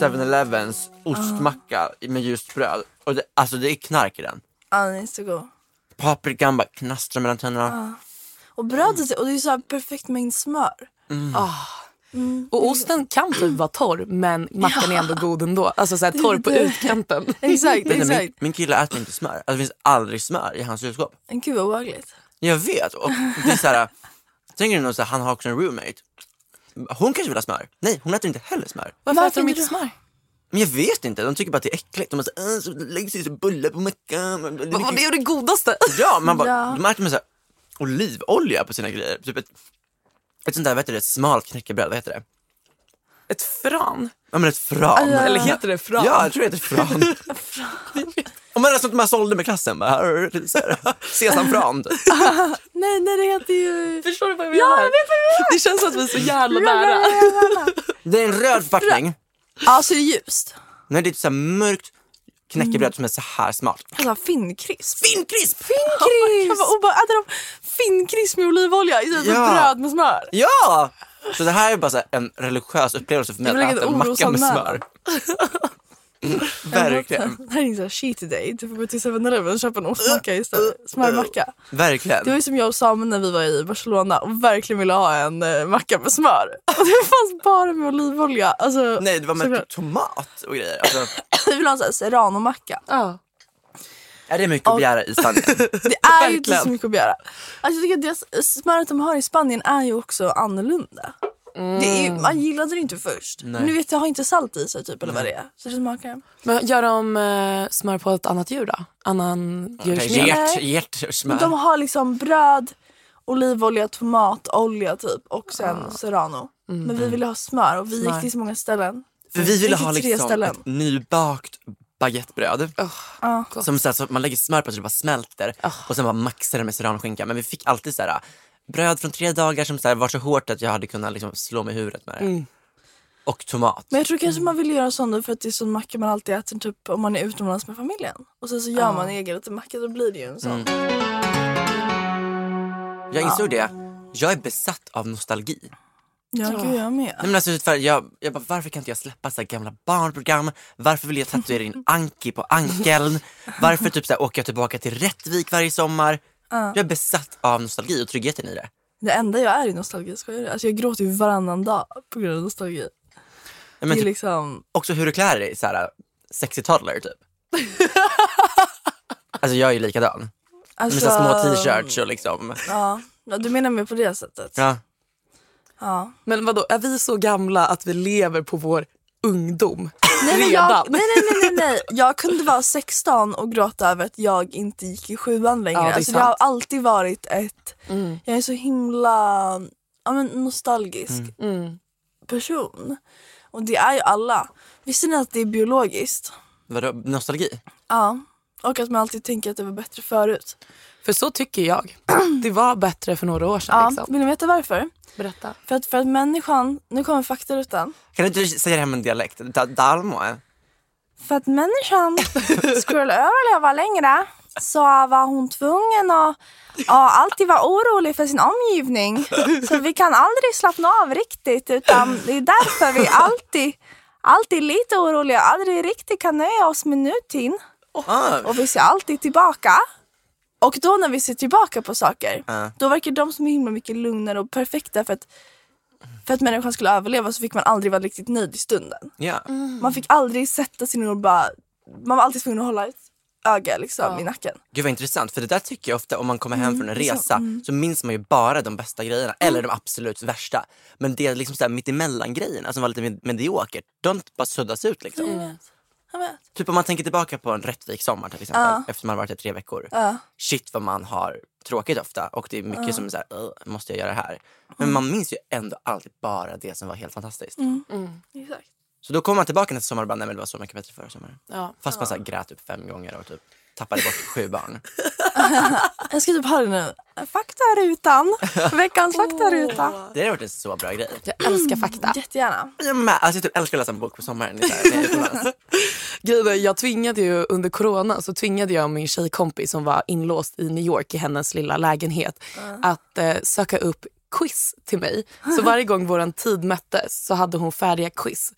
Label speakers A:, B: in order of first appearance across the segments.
A: 7-Elevens ostmacka med ljust bröd. Och det, alltså det är knark i den.
B: Ja, den är så god.
A: Paprikan bara knastrar mellan tänderna.
B: Och brödet, är- och det är så här perfekt mängd smör.
C: Och osten kan typ vara torr men mackan är ändå god ändå. Alltså såhär torr på utkanten.
B: Exakt,
A: Vet ni, min,
B: exakt.
A: min kille äter inte smör. Alltså det finns aldrig smör i hans kylskåp.
B: Men gud vad obehagligt.
A: Jag vet. Och det är så här, tänker du nog så här, han har också en roommate. Hon kanske vill ha smör. Nej, hon äter inte heller smör.
C: Varför
B: Varför
C: äter de
B: inte
C: inte smör?
A: Men jag vet inte, de tycker bara att det är äckligt. De är så, här, "Äh, så lägger sig som bullar på mackan. Det är
C: Och
A: mycket-
C: det är det godaste.
A: Ja, man bara,
B: Ja.
A: de äter med så här, olivolja på sina grejer. Typ ett, ett sånt där, vad heter det, ett smalt knäckebröd, vad heter det?
C: Ett fran.
A: Ja men ett fran.
C: Eller heter det fran?
A: Ja, jag tror det heter fran. Om man är sånt man sålde med klassen, bara, här, så här, sesamfran. typ.
B: Nej, nej det heter ju...
C: Förstår du vad jag menar? Ja, jag vet vad jag menar. Det känns som att vi är så jävla nära.
A: Det är en röd förpackning,
B: Ja, så är det ljust.
A: men det är ett så här mörkt knäckebröd som är så här smalt.
B: Alltså finnkrisp.
A: Finkrisp!
B: Finnkrisp! Oh Äter de finnkrisp med olivolja istället för
A: Ja.
B: bröd med smör?
A: Ja! Så det här är bara så här, en religiös upplevelse för mig
B: Det är väl
A: att äta
B: ingen
A: en macka med smör.
B: orosanmälan.
A: Verkligen.
B: Det här är en sån här cheat day. Du får gå till 7-Eleven och köpa en ostmacka istället. Smörmacka. Det var
A: Verkligen.
B: ju som jag och Samuel när vi var i Barcelona och verkligen ville ha en eh, macka med smör. Och det fanns bara med olivolja. Alltså,
A: Nej, det var med typ
B: såklart.
A: tomat och grejer. Alltså,
B: Vi ville ha en sån här serranomacka.
A: är det mycket att begära i Spanien?
B: Det är ju inte
A: Verkligen.
B: så mycket att begära. Alltså, jag tycker att deras, smöret de har i Spanien är ju också annorlunda. Det är,
A: Mm.
B: ju- man gillade det inte först. Nu vet jag har inte salt i sig typ eller vad det är. Så det smakar.
C: Men gör de eh, smör på ett annat djur då? Annan djursmjöl?
A: Gert,
B: Nej.
A: gert,
B: Men de
A: smör.
B: har liksom bröd, olivolja, tomatolja typ och sen
A: Ah.
B: serrano.
A: Mm.
B: Men vi ville ha smör och vi
C: Smör.
B: gick till så många ställen.
A: För vi ville
B: gick
A: ha
B: till tre
A: liksom
B: ställen. Ah,
A: ett nybakt baguettebröd.
B: Ja.
A: Som så här, så man lägger smör på så det bara smälter
B: Ah.
A: och sen bara maxar det med serranoskinka. Men vi fick alltid så här, bröd från tre dagar som så här, var så hårt att jag hade kunnat liksom, slå mig i huvudet med det. Och tomat.
B: Mm. Men jag tror kanske man vill göra sån nu för att det är sån macka man alltid äter typ om man är utomlands med familjen. Och sen så gör man egen liten macka då blir det ju en sån.
A: Mm. Jag insåg det. Jag är besatt av nostalgi.
B: Ja, gud jag
A: Nej,
B: med.
A: men alltså, för jag, jag bara, varför kan inte jag släppa så här gamla barnprogram? Varför vill jag tatuera in Anki på ankeln? Varför typ så här, åker jag tillbaka till Rättvik varje sommar? Jag är besatt av nostalgi och tryggheten i det.
B: Det enda jag är är nostalgisk. Alltså jag gråter ju varannan dag på grund av nostalgi.
A: Ja,
B: Det
A: men
B: är
A: typ,
B: liksom...
A: Också hur du klär dig, så här, sexy toddler typ. alltså jag är ju likadan. Med
B: Alltså,
A: så här små t-shirts och liksom.
B: Ja, Ja, du menar mig på det sättet?
A: Ja.
B: Ja.
C: Men vadå, är vi så gamla att vi lever på vår ungdom?
B: Nej, men
C: Redan?
B: jag, nej, nej, nej, nej, nej. Jag kunde vara 16 och gråta över att jag inte gick i sjuan längre.
C: Ja, det är
B: alltså, det
C: sant. Mm.
B: har alltid varit ett... Jag är så himla ja, men nostalgisk
C: Mm.
B: person. Och det är ju alla. Visste ni att det är biologiskt?
A: Vadå, nostalgi?
B: Ja. Och att man alltid tänker att det var bättre förut.
C: För så tycker jag. Det var bättre för några år sedan.
B: Ja.
C: Liksom.
B: Vill ni veta varför?
C: Berätta.
B: För att, för att människan... Nu kommer faktarutan.
A: Kan du inte säga det här med en dialekt? Da- Dalmo?
B: För att människan skulle överleva längre så var hon tvungen att, att alltid vara orolig för sin omgivning. Så vi kan aldrig slappna av riktigt utan det är därför vi alltid, alltid är lite oroliga, aldrig riktigt kan nöja oss med nutid.
A: Ah,
B: Och vi ser alltid tillbaka. Och då när vi ser tillbaka på saker,
A: Ja.
B: då verkar de så himla mycket lugnare och perfekta för att, för att människan skulle överleva så fick man aldrig vara riktigt nöjd i stunden.
A: ja.
B: Man fick aldrig sätta sig ner och bara... Man var alltid tvungen att hålla ett öga liksom, i nacken.
A: Gud vad intressant, för det där tycker jag ofta om man kommer hem från en resa så minns man ju bara de bästa grejerna eller de absolut värsta. Men det är liksom så här mittemellan grejerna som var lite med- mediokert, de bara suddas ut liksom.
C: Mm.
B: Jag vet.
A: Typ om man tänker tillbaka på en Rättvik sommar till exempel efter man har varit där tre veckor. Shit vad man har tråkigt ofta och det är mycket som är så här, "Ugh, måste jag göra det här? Men man minns ju ändå alltid bara det som var helt fantastiskt.
B: Exakt.
A: Så då kommer man tillbaka nästa sommar och bara, nej men det var så mycket bättre förra sommaren.
C: Ja.
A: Fast man så här grät upp fem gånger och typ tappade bort sju barn.
B: Jag ska typ ha det nu. Faktarutan. Veckans faktaruta.
A: Det hade varit en så bra grej.
C: Jag älskar fakta.
B: Jättegärna.
A: Jag med. Alltså, jag typ älskar att läsa en bok på sommaren. Det är så här, när jag är utomlands.
C: Grejen är, jag tvingade ju under corona så tvingade jag min tjejkompis som var inlåst i New York i hennes lilla lägenhet att eh, söka upp quiz till mig. Så varje gång vår tid möttes så hade hon färdiga quiz.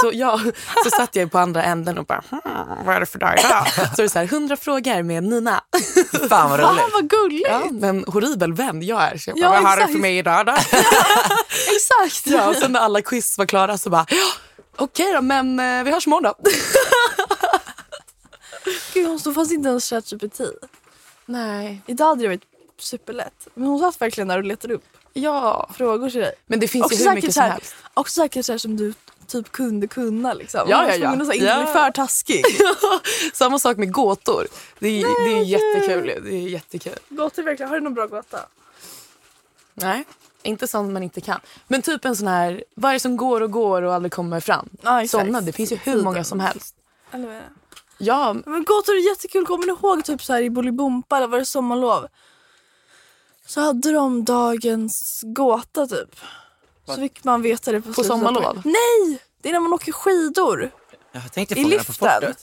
C: Så, jag, så satt jag på andra änden och bara, hmm, vad är det för dag idag? Så det är så här, 100 frågor med Nina.
A: Fan vad
B: Fan
A: roligt.
B: Ah, vad gulligt.
C: Ja, men horribel vän jag är. Så jag bara,
B: Ja,
C: vad har du
B: exakt.
C: för mig idag då?
B: Exakt.
C: Ja, och sen när alla quiz var klara så bara, ja, okej då, men eh, vi hörs imorgon då.
B: Gud, hon stod fast inte ens ChatGPT.
C: Nej.
B: Idag hade det varit superlätt. Men hon satt verkligen där och letade upp
C: Ja,
B: frågor till dig.
C: men det finns
B: Också
C: ju hur
B: säkert,
C: mycket
B: så
C: som
B: här,
C: helst.
B: också säkert så här som du typ kunde kunna. Liksom.
C: Ja,
B: Hon var
C: ja, ja.
B: tvungen att så här inte
C: Ja.
B: bli för taskig.
C: Samma sak med gåtor. Det är, det är jättekul. Det är jättekul.
B: Gåtor verkligen. Har du någon bra gåta?
C: Nej, inte sånt man inte kan. Men typ en sån här, vad är det som går och går och aldrig kommer fram?
B: Ja, exakt.
C: Såna, det finns ju hur många som helst.
B: Eller vad är det?
C: Ja,
B: Men gåtor är jättekul. Kommer du ihåg typ så här i Bolibompa eller var det sommarlov? Så hade de dagens gåta typ. Så fick man veta det på, slutet.
C: sommarlov?
B: Nej! Det är när man åker skidor.
A: Jag tänkte
B: I
A: fångarna på
B: liften.
A: fortet.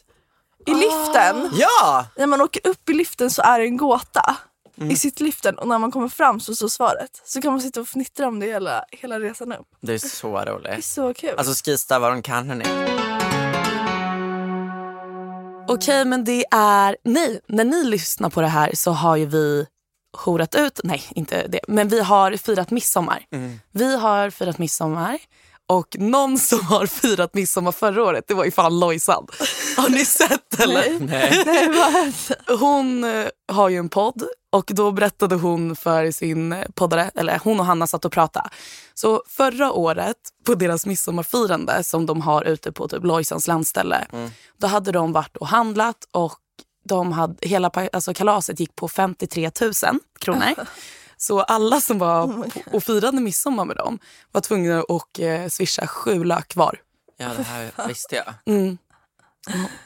B: I
A: Ah.
B: liften.
A: Ja!
B: När man åker upp i liften så är det en gåta. I sitt liften och när man kommer fram så står svaret. Så kan man sitta och fnittra om det hela, hela resan upp.
A: Det är så
B: Det är
A: roligt.
B: så kul.
A: Alltså Skistar vad de kan hörni.
C: Okej, men det är... Nej, när ni lyssnar på det här så har ju vi horat ut. Nej, inte det. Men vi har firat midsommar. Vi har firat midsommar. Och någon som har firat midsommar förra året, det var ju fan Lojsan. Har ni sett eller?
B: Nej, vad-
C: Hon eh, har ju en podd och då berättade hon för sin poddare, eller hon och Hanna satt och pratade. Så förra året på deras midsommarfirande som de har ute på typ Lojsans landställe,
B: Mm.
C: då hade de varit och handlat och de hade, hela pa- alltså kalaset gick på 53 000 kronor. Så alla som var
B: Oh
C: på- och firade midsommar med dem var tvungna att eh, swisha sju lök var.
A: Ja det här visste jag.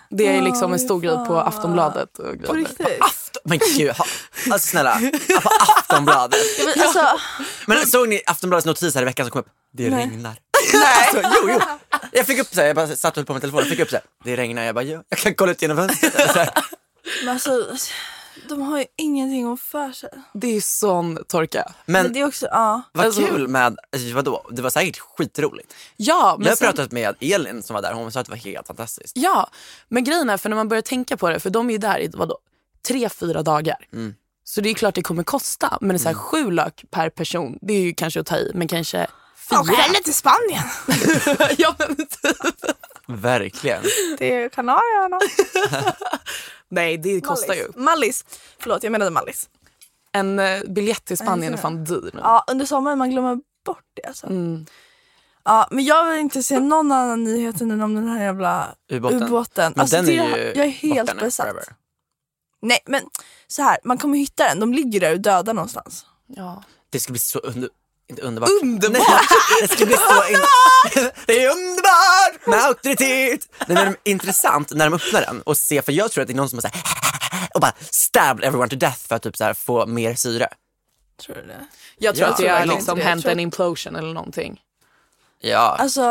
C: Det är ju liksom
B: Oj,
C: en stor grej på
B: fan.
C: Aftonbladet. Och
B: på
C: grejer.
B: riktigt.
A: Afton... Men gud, ha... alltså snälla. På Aftonbladet.
B: Men, alltså,
A: Men såg ni Aftonbladets notis här i veckan som kom upp? Det regnar.
B: nej.
A: Alltså, jo, jo. Jag fick upp så här, jag bara satt och höll på min telefon och fick upp så här, det regnar. Jag bara, jo, jag kan kolla ut genom fönstret. Så här,
B: Men alltså, de har ju ingenting om för sig.
C: Det är sån torka.
B: Men,
A: Men
B: det är också, ja.
A: vad
C: Alltså-
A: kul med, alltså, vadå? Det var säkert skitroligt.
C: Ja, men
A: Jag har
C: sen-
A: pratat med Elin som var där, hon sa att det var helt fantastiskt. Mm.
C: Ja, men grejen är för när man börjar tänka på det, för de är ju där i vadå, tre, fyra dagar. Så det är klart det kommer kosta. Men det är så här, sju lök per person, det är ju kanske att ta i, men kanske fyra.
B: Åk hellre till Spanien.
C: ja, men typ.
A: Verkligen.
B: Det är Kanarieöarna.
C: Nej, det kostar ju.
B: Mallis. Mallis. Förlåt, jag menade Mallis.
C: En eh, biljett till Spanien är fan dyr nu.
B: Ja, under sommaren man glömmer bort det alltså. Ja, men jag vill inte se någon annan nyhet än om den här jävla
A: Ubåten.
B: ubåten.
A: Men
B: Alltså,
A: den
B: det,
A: är ju
B: jag är helt
A: borta nu,
B: besatt.
A: forever.
B: Nej, men så här, man kommer hitta den. De ligger där och döda någonstans.
C: Ja.
A: Det ska bli så under... Inte underbart.
C: Underbart!
A: Nej, det ska bli så... In... det är underbart med auktoritet! Nej, men det är intressant när de öppnar den och ser, för jag tror att det är någon som har så här och bara stabbed everyone to death för att typ så här få mer syre.
B: Tror du det?
C: Jag tror
A: Ja,
C: att det
A: jag
C: har
A: tror
C: liksom
B: inte det.
C: hänt
B: Jag tror-
C: en implosion eller någonting.
A: Ja.
B: Alltså,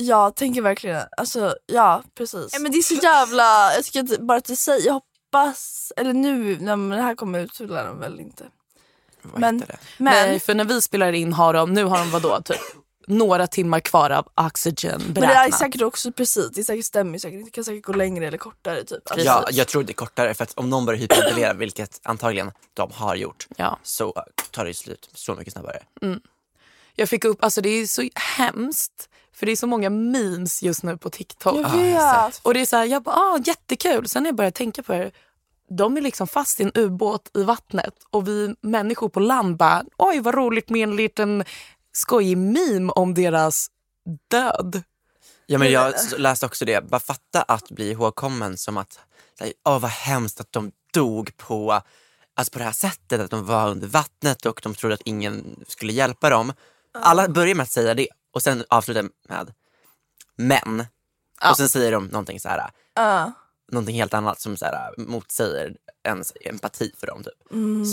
B: jag tänker verkligen, alltså ja precis. men det är så jävla, jag tycker att, bara att du säger, jag hoppas, eller nu när det här kommer ut så lär de väl inte.
A: vad
B: men-
A: heter det?
B: Men,
C: Nej, för när vi spelar in har de, nu har de vadå, typ några timmar kvar av oxygen beräknat.
B: men det är säkert också precis, det är säkert stämmer säkert, det kan säkert gå längre eller kortare typ. Alltså,
A: Ja, jag tror det är kortare för att om någon börjar hyperventilera, vilket antagligen de har gjort,
C: Ja.
A: så tar det ju slut så mycket snabbare.
C: Jag fick upp, alltså det är så hemskt, för det är så måga memes just nu på TikTok.
B: Jag vet.
C: Och det är så här, jag bara, ah, jättekul. Sen när jag började tänka på det, de är liksom fast i en ubåt i vattnet och vi människor på land bara, oj vad roligt med en liten skojig meme om deras död.
A: Ja, men jag s- läste också det. Bara fatta att bli ihågkommen som att, like, åh vad hemskt att de dog på, alltså på det här sättet. Att de var under vattnet och de trodde att ingen skulle hjälpa dem. Alla börjar med att säga det och sen avslutar med, men. Och sen säger de någonting så här,
B: Ja.
A: någonting helt annat som så här, motsäger ens empati för dem. Typ.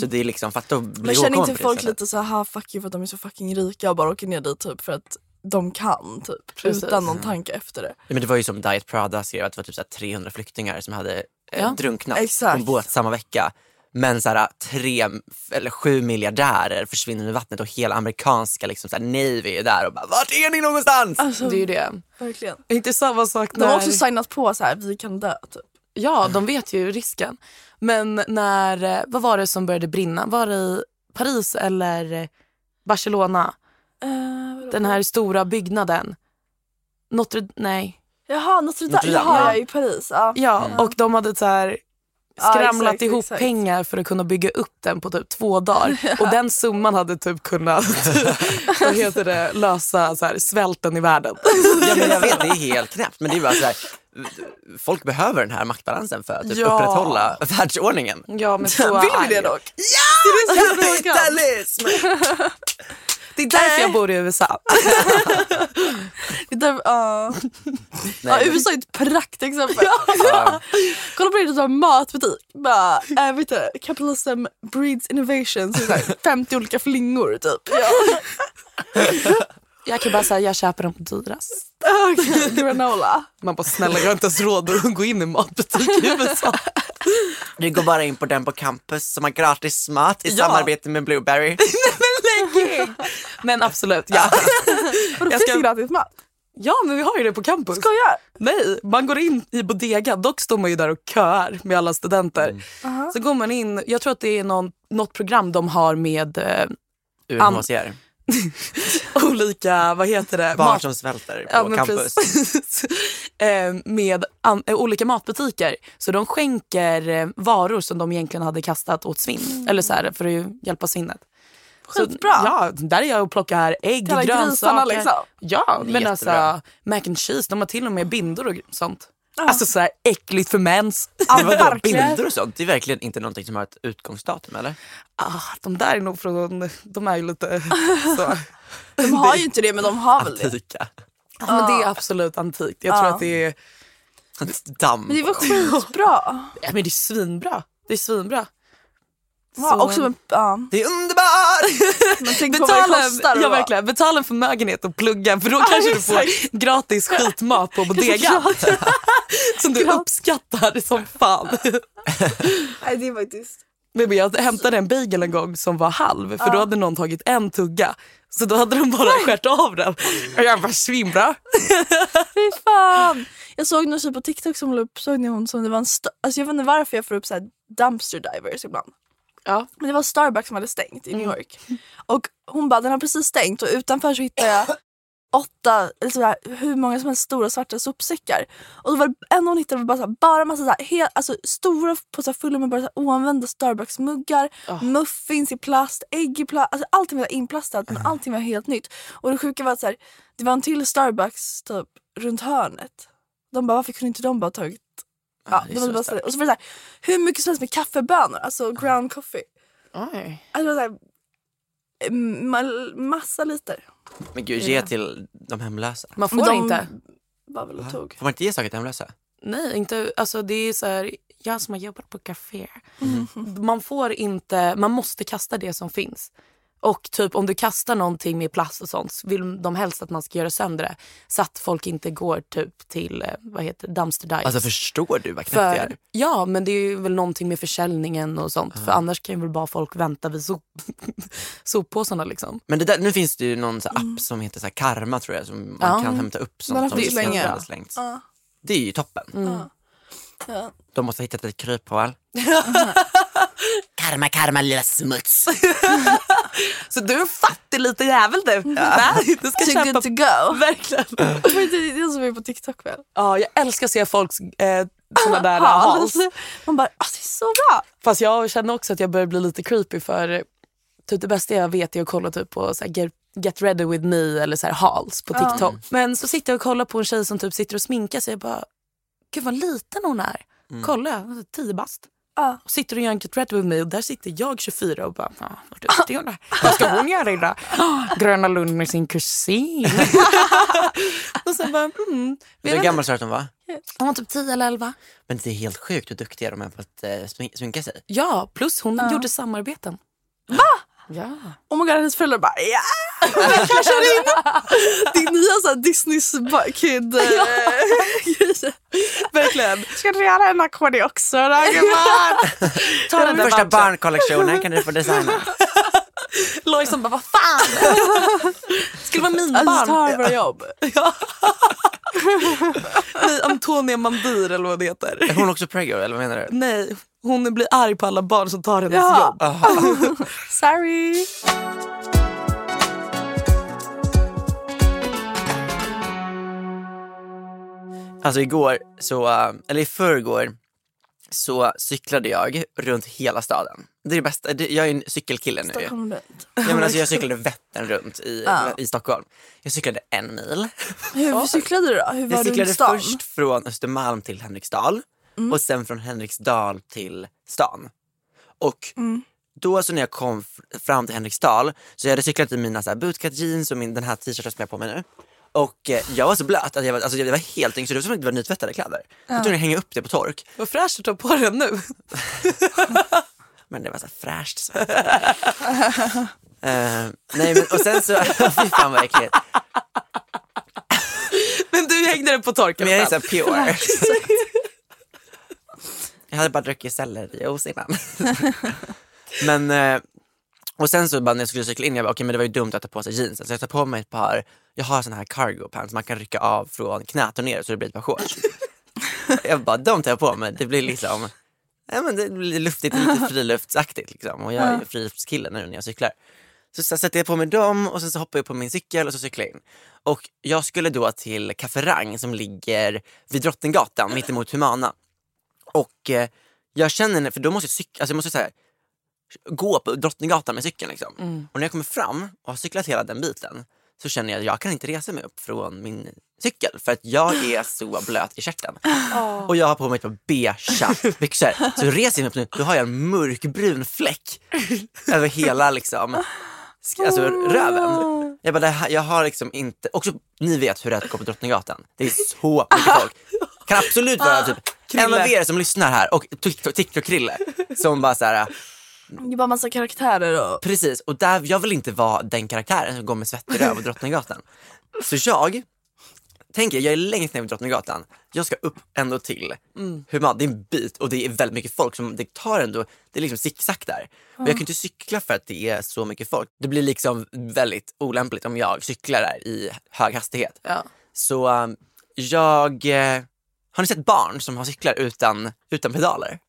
A: Så det är liksom, fatta att bli
B: Mm. Men känner
A: ihågkommen
B: inte
A: på det
B: folk
A: sättet.
B: lite så här, "Ha, fuck you för att de är så fucking rika och bara åker ner dit typ för att de kan typ.
C: Precis.
B: Utan någon tanke efter det.
A: Ja, Men det var ju som Diet Prada skrev att det var typ så här 300 flyktingar som hade eh,
C: Ja,
A: drunknat på en
B: exakt.
A: båt samma vecka. Men så här, ah, tre eller sju miljardärer försvinner i vattnet och hela amerikanska liksom, så här, Navy är där och bara “Vart är ni någonstans?”
B: Alltså,
C: Det är ju det.
B: verkligen.
C: Inte samma sak
B: De har
C: när-
B: också signat på så här, vi kan dö typ.
C: Ja, de vet ju risken. Men när, eh, vad var det som började brinna? Var det i Paris eller eh, Barcelona?
B: Eh, vadå?
C: Den här stora byggnaden. Notre, nej.
B: Jaha, Notre Dame.
A: Notre Dame,
B: Jaha,
A: ja.
B: ja, i Paris. Ja.
C: Ja, och de hade så här
B: Ja,
C: skramlat
B: exakt,
C: ihop
B: exakt.
C: pengar för att kunna bygga upp den på typ två dagar. Och den summan hade typ kunnat vad heter det, lösa så här, svälten i världen.
A: ja, men Jag vet, det är helt knäppt. Men det är bara så här, folk behöver den här maktbalansen för att typ,
C: Ja.
A: upprätthålla världsordningen.
C: Ja, men så
B: Vill vi
C: är
B: det dock?
A: Ja!
C: Kapitalism! Det är därför jag bor i USA.
B: Det där, ja. ja,
A: Nej,
B: USA är ett praktexempel. Ja. Kolla på det, du har matbutik. Bara, äh, vet du, capitalism breeds innovation. Så det är så här 50 olika flingor typ. Ja.
C: Jag kan bara säga jag köper dem dyrast.
B: Okej, granola.
C: Man bara snälla jag har inte ens råd att gå in i matbutik i USA.
A: Du går bara in på den på campus som har gratis mat i
C: Ja.
A: samarbete med Blueberry.
C: Men absolut, ja.
B: Vadå,
C: Jag
B: finns
C: ska-
B: det gratis mat?
C: Ja men vi har ju det på campus.
B: Skojar?
C: Nej, man går in i Bodega. Dock står man ju där och köar med alla studenter.
A: Mm.
C: Så går man in, jag tror att det är någon, något program de har med eh,
A: UNHCR.
C: olika, vad heter det?
A: Barn
C: Mat-
A: som svälter på
C: Ja, men
A: campus.
C: precis. Eh, med an- eh, olika matbutiker. Så de skänker eh, varor som de egentligen hade kastat åt svinn. Eller så här, för att ju hjälpa svinnet.
B: Skitbra.
C: Så, ja, där är jag och plockar ägg,
B: Till alla grisarna,
C: grönsaker.
B: liksom.
C: Ja,
A: är
C: men
A: jättebra.
C: alltså mac and cheese, de har till och med bindor och gr- sånt. Alltså så här äckligt för mens.
B: Ja,
A: Men vadå,
B: verkligen.
A: bilder och sånt? Det är verkligen inte någonting som har ett utgångsdatum eller?
C: Ah, de där är nog från, de är ju lite så.
B: De har ju inte det men de har väl det.
A: Antika.
C: Ja, men det är absolut antikt. Jag tror att det är,
A: Damm.
B: Men det var skitbra.
C: ja, men det är svinbra. Det är svinbra.
B: Ja, också, men, ja.
A: Det är underbart!
B: men tänk på vad det
C: Betala,
B: kostar.
C: ja,
B: och-
C: verkligen, betala en förmögenhet och plugga för då kanske du får gratis skitmat på bodegan. som du uppskattar som fan.
B: Nej, det är faktiskt
C: Nej, men jag hämtade en bagel en gång som var halv för då hade någon tagit en tugga. Så då hade de bara skärt av den. Och jag bara svinbra.
B: Fy fan. Jag såg någon tjej på TikTok som la upp, såg ni hon som det var en, st- alltså jag vet inte varför jag får upp så här dumpster divers ibland.
C: Ja.
B: Men det var Starbucks som hade stängt i New
A: Mm.
B: York. Och hon bara, den har precis stängt och utanför så hittade jag åtta, eller så här, hur många som helst stora svarta sopsäckar. Och då var det en hon hittade var bara, så här, bara massa så här, helt, alltså, stora påsar fulla med bara så här, oanvända Starbucks-muggar,
A: Ah.
B: muffins i plast, ägg i plast. Alltså, allting var inplastat
A: Ah.
B: men allting var helt nytt. Och det sjuka var att så här, det var en till Starbucks typ, runt hörnet. De bara, varför kunde inte de bara tagit Ja,
A: Ah, det är
B: det var
A: så
B: bara så
A: starkt.
B: och så var det så hur mycket som helst med kaffebönor, alltså ground coffee. Alltså det var så här, ma- massa liter.
A: Men gud, ge till de hemlösa.
C: Man får
B: Men de
C: inte.
B: var väl och tog.
A: Får man inte ge saker till hemlösa?
C: Nej, inte, alltså det är så här, jag som har jobbat på café. Mm. Man får inte, man måste kasta det som finns. Och typ om du kastar någonting med plast och sånt så vill de helst att man ska göra sönder det. Så att folk inte går typ till, eh, vad heter det, dumpster dives.
A: Alltså förstår du vad knäppt det
C: för,
A: är?
C: ja, men det är ju väl någonting med försäljningen och sånt. För annars kan ju väl bara folk vänta vid sop, soppåsarna liksom.
A: Men det där, nu finns det ju någon så här app som heter så här Karma tror jag, som man
C: Ja.
A: kan hämta upp
B: Den
A: sånt
B: har
A: som
B: funnits
A: svenskar
B: länge.
A: har slängt. Det är ju toppen.
B: Ja.
A: De måste ha hittat ett kryphål. karma, karma lilla smuts.
C: Så du är en fattig liten jävel du. Nej, du ska
B: Too
C: köpa
B: good to go.
C: Verkligen.
B: Men det är det som är på TikTok väl?
C: Ja, jag älskar att se folks eh, såna där hals.
B: Hals. Man bara, alltså det är så bra.
C: Fast jag känner också att jag börjar bli lite creepy för typ det bästa jag vet är att kolla typ på så här, get, get ready with me eller så här, hals på TikTok. Men så sitter jag och kollar på en tjej som typ sitter och sminkar sig. Jag bara, gud vad liten hon är. Kolla, hon är tio bast.
B: Ja.
C: Och sitter och gör en get ready with me och där sitter jag 24 och bara, ah, vad duktig hon är. Vad ska hon göra idag? Ah, Gröna Lund med sin kusin. och sen bara, mm.
A: Hur gammal sa du att de var?
C: Hon var typ 10 eller 11.
A: Men det är helt sjukt hur duktiga de är på att eh, smink- sminka sig.
C: Ja, plus hon gjorde samarbeten. Va? Ja.
B: Oh my god, hennes föräldrar bara, ja! Jag cashar in. Din nya så här, Disney kid ja.
C: eh, Verkligen.
B: Ska du göra en ackord också då
C: Ta den
A: Första
C: där Första
A: barnkollektionen kan du få designa.
C: Lojsan bara, vad fan! Skulle vara mina
B: Alltså
C: barn.
B: ta våra jobb.
C: Nej, Antonia Mandir eller vad det heter.
A: Är hon också preggo eller vad menar du?
C: Nej, hon blir arg på alla barn som tar hennes
B: Ja.
C: jobb.
A: Ah.
B: Sorry.
A: Alltså igår, så, eh, eller i förrgår, så cyklade jag runt hela staden. Det är det bästa. Det- Jag är en cykelkille nu. ju.
B: Stockholm runt.
A: Ja, men alltså, jag cyklade Vättern runt i, i Stockholm. Jag cyklade en mil.
B: Hur cyklade du då? Hur var
A: Jag
B: du
A: cyklade
B: runt stan?
A: först från Östermalm till Henriksdal
C: Mm.
A: och sen från Henriksdal till stan. Och
C: Mm.
A: då så när jag kom f- fram till Henriksdal så jag hade cyklat i mina så här bootcut jeans och min, den här t-shirten som jag har på mig nu. Och eh, jag var så blöt att jag var, alltså, jag var helt yngst, så det var som att det var nytvättade kläder. Jag var tvungen att hänga upp det på tork.
C: Vad fräscht att ta på den nu.
A: Men det var så här fräscht. Så. Eh, nej men och sen så, fy fan vad äckligt.
C: Men du hängde den på torken.
A: Men jag är så här pure. Så att- jag hade bara druckit sellerijuice innan. men, eh, och sen så bara när jag skulle cykla in, jag bara, okej men det var ju dumt att ta på sig jeansen. Så jag tar på mig ett par, jag har såna här cargo pants man kan rycka av från knät och ner så det blir ett par shorts. jag bara, de tar jag på mig. Det blir liksom, nej men det blir luftigt, lite friluftsaktigt liksom. Och jag är ju friluftskille nu när jag cyklar. Så, så sätter jag på mig dem och sen så hoppar jag på min cykel och så cyklar jag in. Och jag skulle då till Kafferang som ligger vid Drottninggatan mittemot Humana. Och eh, jag känner, för då måste jag cykla, alltså jag måste så här, gå på Drottninggatan med cykeln liksom. Och när jag kommer fram och har cyklat hela den biten så känner jag att jag kan inte resa mig upp från min cykel för att jag är så blöt i stjärten. Och jag har på mig ett par beigea byxor. Så reser jag mig upp nu, då har jag en mörkbrun fläck över hela liksom, sk- alltså, röven. Jag bara, det här, jag har liksom inte, också ni vet hur det är att gå på Drottninggatan. Det är så mycket folk. Kan absolut vara typ en av er som lyssnar här och TikTok- TikTok-Krille som bara så här,
B: Det är bara massa karaktärer och...
A: Precis, och där, jag vill inte vara den karaktären som går med svettig röv och Drottninggatan. Så jag Tänk er, jag är längst ner vid Drottninggatan. Jag ska upp ändå till Humad. Det är en bit och det är väldigt mycket folk. Som det tar ändå, det är liksom zigzag där. Och jag kan ju inte cykla för att det är så mycket folk. Det blir liksom väldigt olämpligt om jag cyklar där i hög hastighet.
C: Ja.
A: Så um, jag... eh, Har ni sett barn som har cyklar utan, utan pedaler?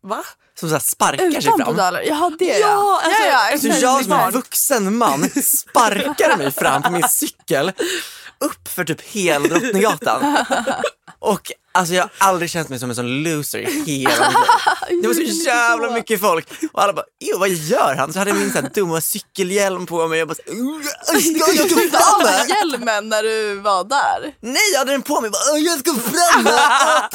C: Va?
A: Som så här sparkar sig
B: Utan
A: fram?
B: pedaler? Jaha, det
C: Ja, alltså,
B: ja, ja,
A: Så jag som en vuxen man sparkar mig fram på min cykel upp för typ hela Drottninggatan. Och alltså jag har aldrig känt mig som en sån loser i hela mitt liv. Det var så jävla mycket folk och alla bara, "Ew, vad gör han? Så hade jag min sån här dumma cykelhjälm på mig. Jag bara, så, "Ugh, jag ska fram här."
B: hjälmen när du var där.
A: Nej, jag hade den på mig. Jag bara, "Ugh, jag ska fram här."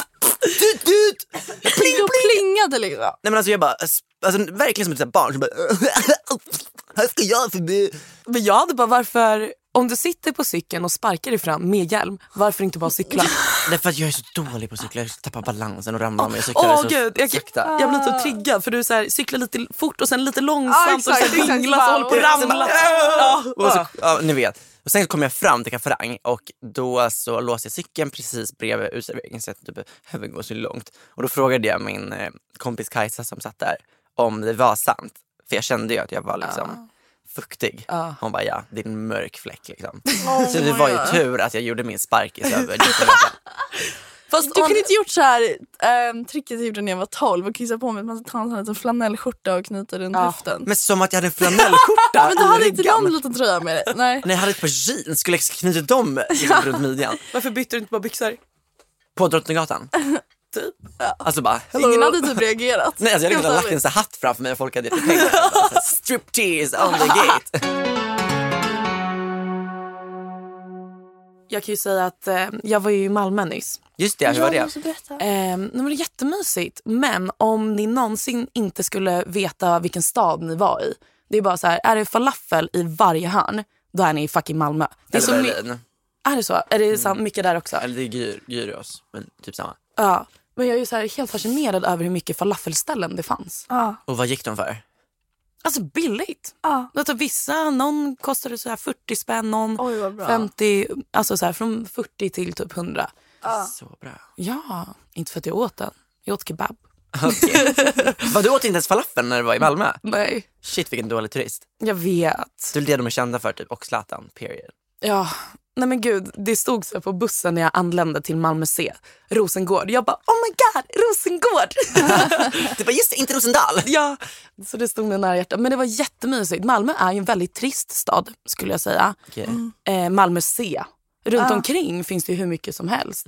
A: Tut, tut. Pling,
B: Då plingade liksom.
A: Nej men alltså jag bara, alltså, verkligen som ett sånt här barn som bara, här ska jag förbi.
C: Men jag hade bara varför, om du sitter på cykeln och sparkar dig fram med hjälm, varför inte bara cykla?
A: Därför att jag är så dålig på att cykla, jag tappar balansen och ramlar med cyklar
C: Åh
A: så
C: gud, jag,
A: sakta.
C: jag blir så triggad för du så här, cyklar lite fort och sen lite
B: Ja,
C: långsamt
B: exakt,
C: och sen
B: exakt.
C: vinglas och håller på
B: Wow.
C: att
A: Sen bara,
C: ramla.
A: och så,
C: Ja.
A: alltså, ja, ni vet. Och sen kom jag fram till Kafarang och då så låste jag cykeln precis bredvid utserveringen så jag inte behöver gå så långt. Och då frågade jag min eh, kompis Kajsa som satt där om det var sant. För jag kände ju att jag var liksom fuktig. Hon bara ja, det är en mörk fläck liksom. så det var ju tur att jag gjorde min sparkis över.
C: Fast
B: Du
C: om,
B: kunde inte gjort så här ehm, tricket jag gjorde när jag var 12 och kissa på mig att man tar en sån här liten flanellskjorta och knyter runt höften.
A: Men som att jag hade en flanellskjorta
B: Men du
A: i
B: hade inte
A: ryggen.
B: någon liten tröja med dig? Nej.
A: När jag hade ett par jeans, skulle jag knyta dem liksom runt midjan?
C: varför bytte du inte bara byxor?
A: På Drottninggatan? typ. Alltså bara, hello.
B: Ingen hade typ reagerat.
A: Nej, alltså jag hade
B: Helt
A: kunnat lagt
B: ärligt.
A: en sån här hatt framför mig och folk hade gett mig pengar. Bara så här, Striptease on the gate.
C: Jag kan ju säga att eh, jag var ju i Malmö nyss.
A: Just det, hur var det?
C: Eh, nej, men det är jättemysigt, men om ni någonsin inte skulle veta vilken stad ni var i. Det är bara så här, är det falafel i varje hörn, då är ni i fucking Malmö. Det är, så
A: Eller
C: my-
A: Berlin. Mm.
C: är det så? Är det så mycket där också?
A: Eller det är gy- gyros, men typ samma.
C: Ja. Men jag är ju så här helt fascinerad över hur mycket falafelställen det fanns.
A: Och vad gick de för?
C: Alltså billigt.
B: Ja.
C: Alltså, vissa, någon kostade så här 40 spänn, någon
B: Oj, vad bra.
C: 50, alltså så här från 40 till typ 100.
A: Så bra.
C: Ja, inte för att jag åt den. Jag åt kebab.
A: Vad du åt inte ens falafeln när du var i Malmö?
C: Nej.
A: Shit vilken dålig turist.
C: Jag vet.
A: Det är väl det de är kända för typ, och Zlatan, period.
C: Ja, nej men gud, det stod så här på bussen när jag anlände till Malmö C, Rosengård. Jag bara, oh my god, Rosengård!
A: Det var just det, inte Rosendal.
C: ja, så det stod mig nära hjärtat. Men det var jättemysigt. Malmö är ju en väldigt trist stad skulle jag säga.
A: Okej.
C: Eh, Malmö C. Runt omkring finns det ju hur mycket som helst.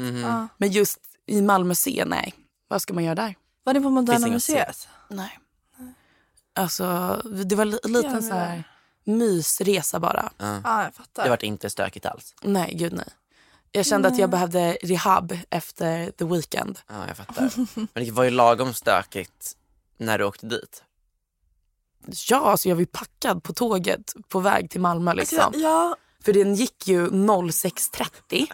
C: Men just i Malmö C, nej. Vad ska man göra där?
B: Var ni på Moderna
A: inget
B: Museet?
C: Nej. Alltså, det var li- liten
B: men
C: så här mysresa bara.
B: Ja, jag fattar.
A: Det vart inte stökigt alls.
C: Nej, gud nej. Jag kände att jag behövde rehab efter the weekend.
A: Ja, jag fattar. Men det var ju lagom stökigt när du åkte dit.
C: Ja, alltså jag var ju packad på tåget på väg till Malmö.
B: Alltså,
C: Liksom.
B: Ja,
C: För den gick ju 06.30.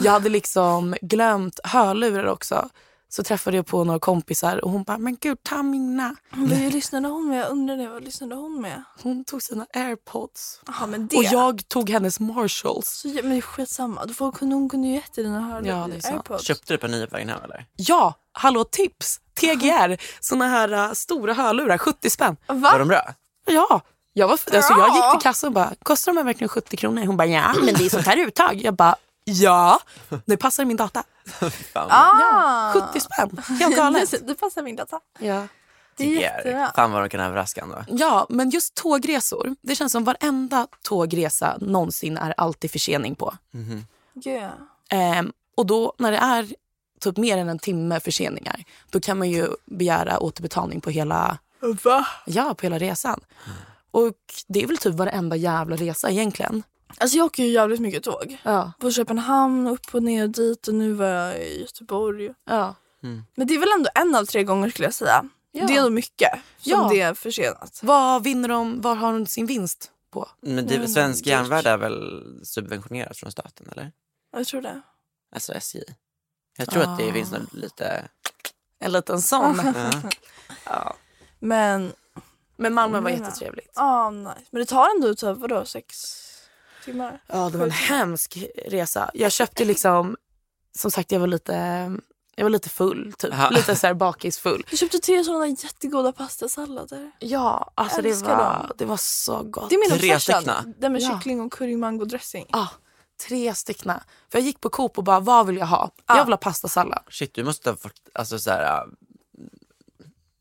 C: Jag hade liksom glömt hörlurar också. Så träffade jag på några kompisar och hon bara, men gud ta mina.
B: vi lyssnade hon med? Jag undrade vad lyssnade hon med?
C: Hon tog sina airpods.
B: Ja, men det.
C: Och jag tog hennes marshalls.
B: Så, ja, men skitsamma, du får, hon kunde ju gett dig dina hörlurar.
C: Ja, det är sant.
B: Airpods.
A: Köpte du på nya på vägen hem eller?
C: Ja, hallå tips! TGR, såna här äh, stora hörlurar, 70 spänn.
A: Var de bra?
C: Ja. Jag, var, alltså jag
B: Ja.
C: gick till kassan och bara, kostar de här verkligen 70 kronor? Hon bara, ja men det är sånt här uttag. Jag bara, ja. Det passar min data.
A: Fan,
B: Ah,
C: 70 spänn, helt galet.
B: det, det passar min data.
C: Ja.
B: Det är
A: tycker jag.
B: jättebra.
A: Fan vad de kan överraska ändå.
C: ja, men just tågresor. Det känns som varenda tågresa någonsin är alltid försening på.
B: Gud.
C: Ehm, och då när det är typ mer än en timme förseningar, då kan man ju begära återbetalning på hela,
B: Va?
C: ja, på hela resan. Och det är väl typ varenda jävla resa egentligen.
B: Alltså jag åker ju jävligt mycket tåg.
C: Ja.
B: På Köpenhamn, upp och ner och dit och nu var jag i Göteborg.
C: ja.
B: Men det är väl ändå en av tre gånger skulle jag säga. Det är nog mycket som
C: Ja.
B: det är försenat.
C: Vad vinner de, vad har de sin vinst på?
A: Men det,
B: Mm,
A: svensk järnväg är väl subventionerat från staten eller?
B: Jag tror det.
A: Alltså SJ. Jag tror att
B: Ah.
A: det finns något lite...
C: En liten sån.
B: Men,
C: Men Malmö var jättetrevligt.
B: ja nice. Men det tar ändå typ vadå sex? timmar.
C: Ja, det var en hemsk resa. Jag köpte liksom... Som sagt, jag var lite, jag var lite full. Typ.
A: Ja.
C: Lite så här bakisfull.
B: Jag köpte tre sådana jättegoda pastasallader.
C: Ja, alltså det
B: Älskar
C: var,
B: dem.
C: det var så gott.
B: Det är min
A: Tre
B: obsession.
A: stycken.
B: Den med
C: Ja.
B: kyckling och currymangodressing.
C: Ja, tre stycken. För jag gick på Coop och bara, vad vill jag ha? Jag vill ha pastasallad.
A: Shit, du måste ha fått... Alltså, så här, äh,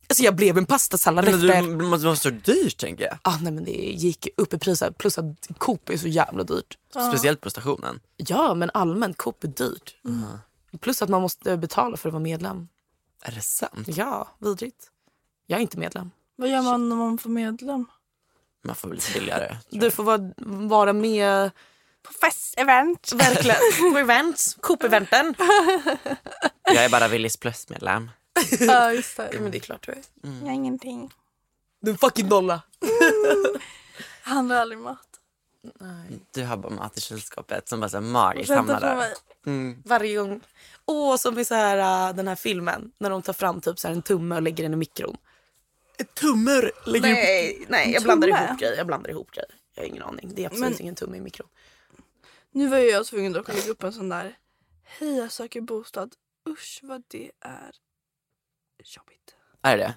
C: Alltså jag blev en pastasallad
A: men
C: efter...
A: du, det måste vara så dyrt, tänker jag.
C: Ah, nej, men det gick upp i pris här. plus att Coop är så jävla dyrt.
A: Speciellt på stationen.
C: Ja, men allmänt Coop är dyrt. Plus att man måste betala för att vara medlem.
A: Är det sant?
C: Ja, vidrigt. Jag är inte medlem.
B: Vad gör man om man får medlem?
A: Man får bli lite billigare.
C: Du får vara, vara med
B: På festevent.
C: verkligen på events, Coop-eventen.
A: Jag är bara Willys plus-medlem. Mm.
B: Ja, just det.
C: men det är klart du är.
B: Jag har ingenting.
C: Du är fucking nolla.
B: Jag handlar aldrig mat.
A: Du har bara mat i kylskåpet som bara så här magiskt
B: Vänta
A: hamnar
B: på
A: där. Mm.
B: mig.
C: Varje gång. Åh, som i så här, äh, den här filmen när de tar fram typ så här en tumme och lägger den i mikron. Tummor? Lägger nej, nej, jag blandar
B: tumme?
C: ihop grejer. Jag blandar ihop grejer. Jag har ingen aning. Det är absolut ingen tumme i mikron.
B: Nu var ju jag tvungen att lägga upp en sån där. Hej, jag söker bostad. Usch vad det är jobbigt.
A: Är det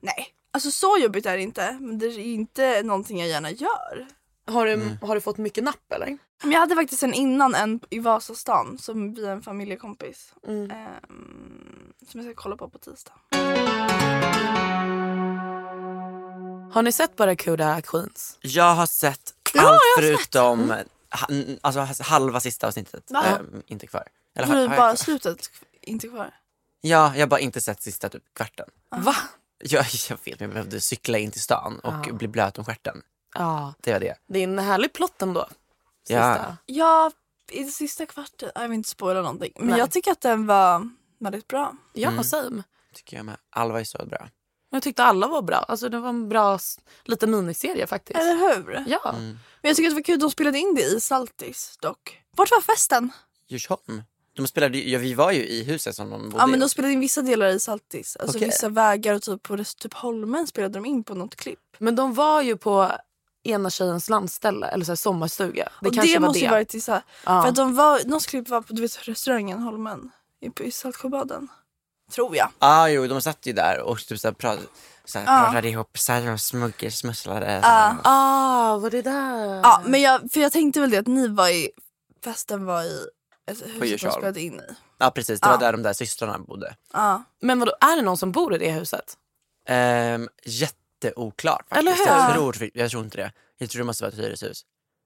B: Nej, alltså så jobbigt är det inte. Men det är inte någonting jag gärna gör.
C: Har du, har du fått mycket napp eller?
B: Men jag hade faktiskt en innan en i Vasastan som via en familjekompis.
C: Mm.
B: Ehm, som jag ska kolla på på tisdag.
C: Har ni sett Barracuda Queens?
A: Jag har sett allt
B: Ja, jag har sett.
A: förutom ha- n- alltså, halva sista avsnittet.
B: Va?
A: ehm, inte kvar. Eller,
B: Då
A: har-
B: är
A: har jag
B: bara
A: kvar?
B: slutet inte kvar.
A: Ja, jag har bara inte sett sista typ, kvarten.
C: Va?
A: Jag, jag vet, men jag behövde cykla in till stan och
C: Ah.
A: bli blöt om stjärten.
C: Ja.
A: Det var det.
C: Det är en härlig plott ändå.
A: Ja.
B: Ja, i det sista kvarten. Jag vill inte spoila någonting. Men
C: Nej.
B: jag tycker att den var väldigt bra.
C: Ja,
A: Mm.
C: same.
A: Tycker jag med. Alva är så bra.
C: Jag tyckte alla var bra. Alltså, det var en bra s- liten miniserie faktiskt.
B: Eller hur?
C: Ja.
A: Mm.
B: Men jag tycker att det var kul. De spelade in det i Saltis dock. Vart var festen?
A: Djursholm. De spelade ju, ja, vi var ju i huset som de bodde
B: Ja men de
A: i.
B: spelade in vissa delar i Saltis. Alltså
A: Okej.
B: vissa vägar och typ på rest- typ Holmen spelade de in på något klipp.
C: Men de var ju på ena tjejens landställe, eller så här sommarstuga. Det
B: och
C: kanske
B: det
C: var
B: måste
C: det.
B: ju varit i så här,
C: Ja.
B: För att de var, någons klipp var på du vet, restaurangen Holmen i, på- i Saltsjöbaden. Tror jag.
A: Ah, jo, de satt ju där och typ såhär prat, såhär,
B: Ja.
A: pratade ihop, såhär, de smugger, smusslade.
C: Ah, var det där?
B: Ja men jag, för jag tänkte väl det att ni var i, festen var i ett hus de
A: Djursholm.
B: spelade in i.
A: Ja precis, det
B: Ja.
C: Ah.
A: var där de där systrarna bodde.
B: Ja.
C: Men vadå, är det någon som bor i det huset?
A: Ehm, jätteoklart
C: Eller
A: faktiskt.
C: hur?
A: Jag tror, jag tror inte det. Jag tror det måste vara ett hyreshus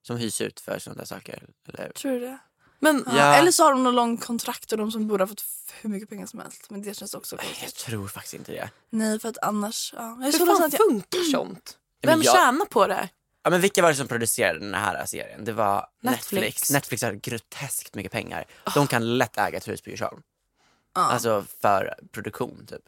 A: som hyrs ut för sådana där saker. Eller...
B: Tror du det?
C: Men,
B: Ja.
A: Ja.
B: Eller så har de någon lång kontrakt och de som borde ha fått f- hur mycket pengar som helst. Men det känns också
A: Jag
B: konstigt.
A: tror faktiskt inte det.
B: Nej för att annars... Ja. Jag är så
C: hur
B: ledsen
C: fan
B: att jag
C: funkar sånt?
A: Mm. Ja, men
C: Vem
A: jag-
C: tjänar på det?
A: Ja, men vilka var det som producerade den här serien? Det var Netflix.
C: Netflix. Ah.
A: Netflix, har groteskt mycket pengar. De kan lätt äga ett hus på Djursholm. Alltså för produktion typ.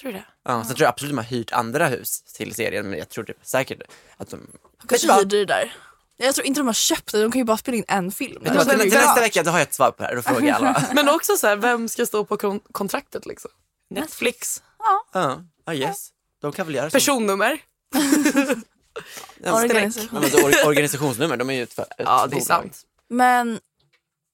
C: Tror du det?
A: Ja, Sen tror jag absolut de har hyrt andra hus till serien men jag tror typ, säkert att de... Vet du
B: kanske
A: vad?
B: hyrde det där. Jag tror inte de har köpt det, de kan ju bara spela in en film.
A: Vet du vad?
B: Alltså,
A: Till,
B: det är
A: till nästa
B: klart.
A: vecka då har jag ett svar på det här. Då frågar jag alla.
C: Men också så här, vem ska stå på kon- kontraktet liksom? Netflix.
A: Ja, ja, yes. De kan väl göra sånt.
C: Personnummer.
A: Ja, men-
B: Organisation.
A: Ja, men då or- organisationsnummer, de är ju ett, ett
C: Ja, det är
A: bolag.
C: sant.
B: Men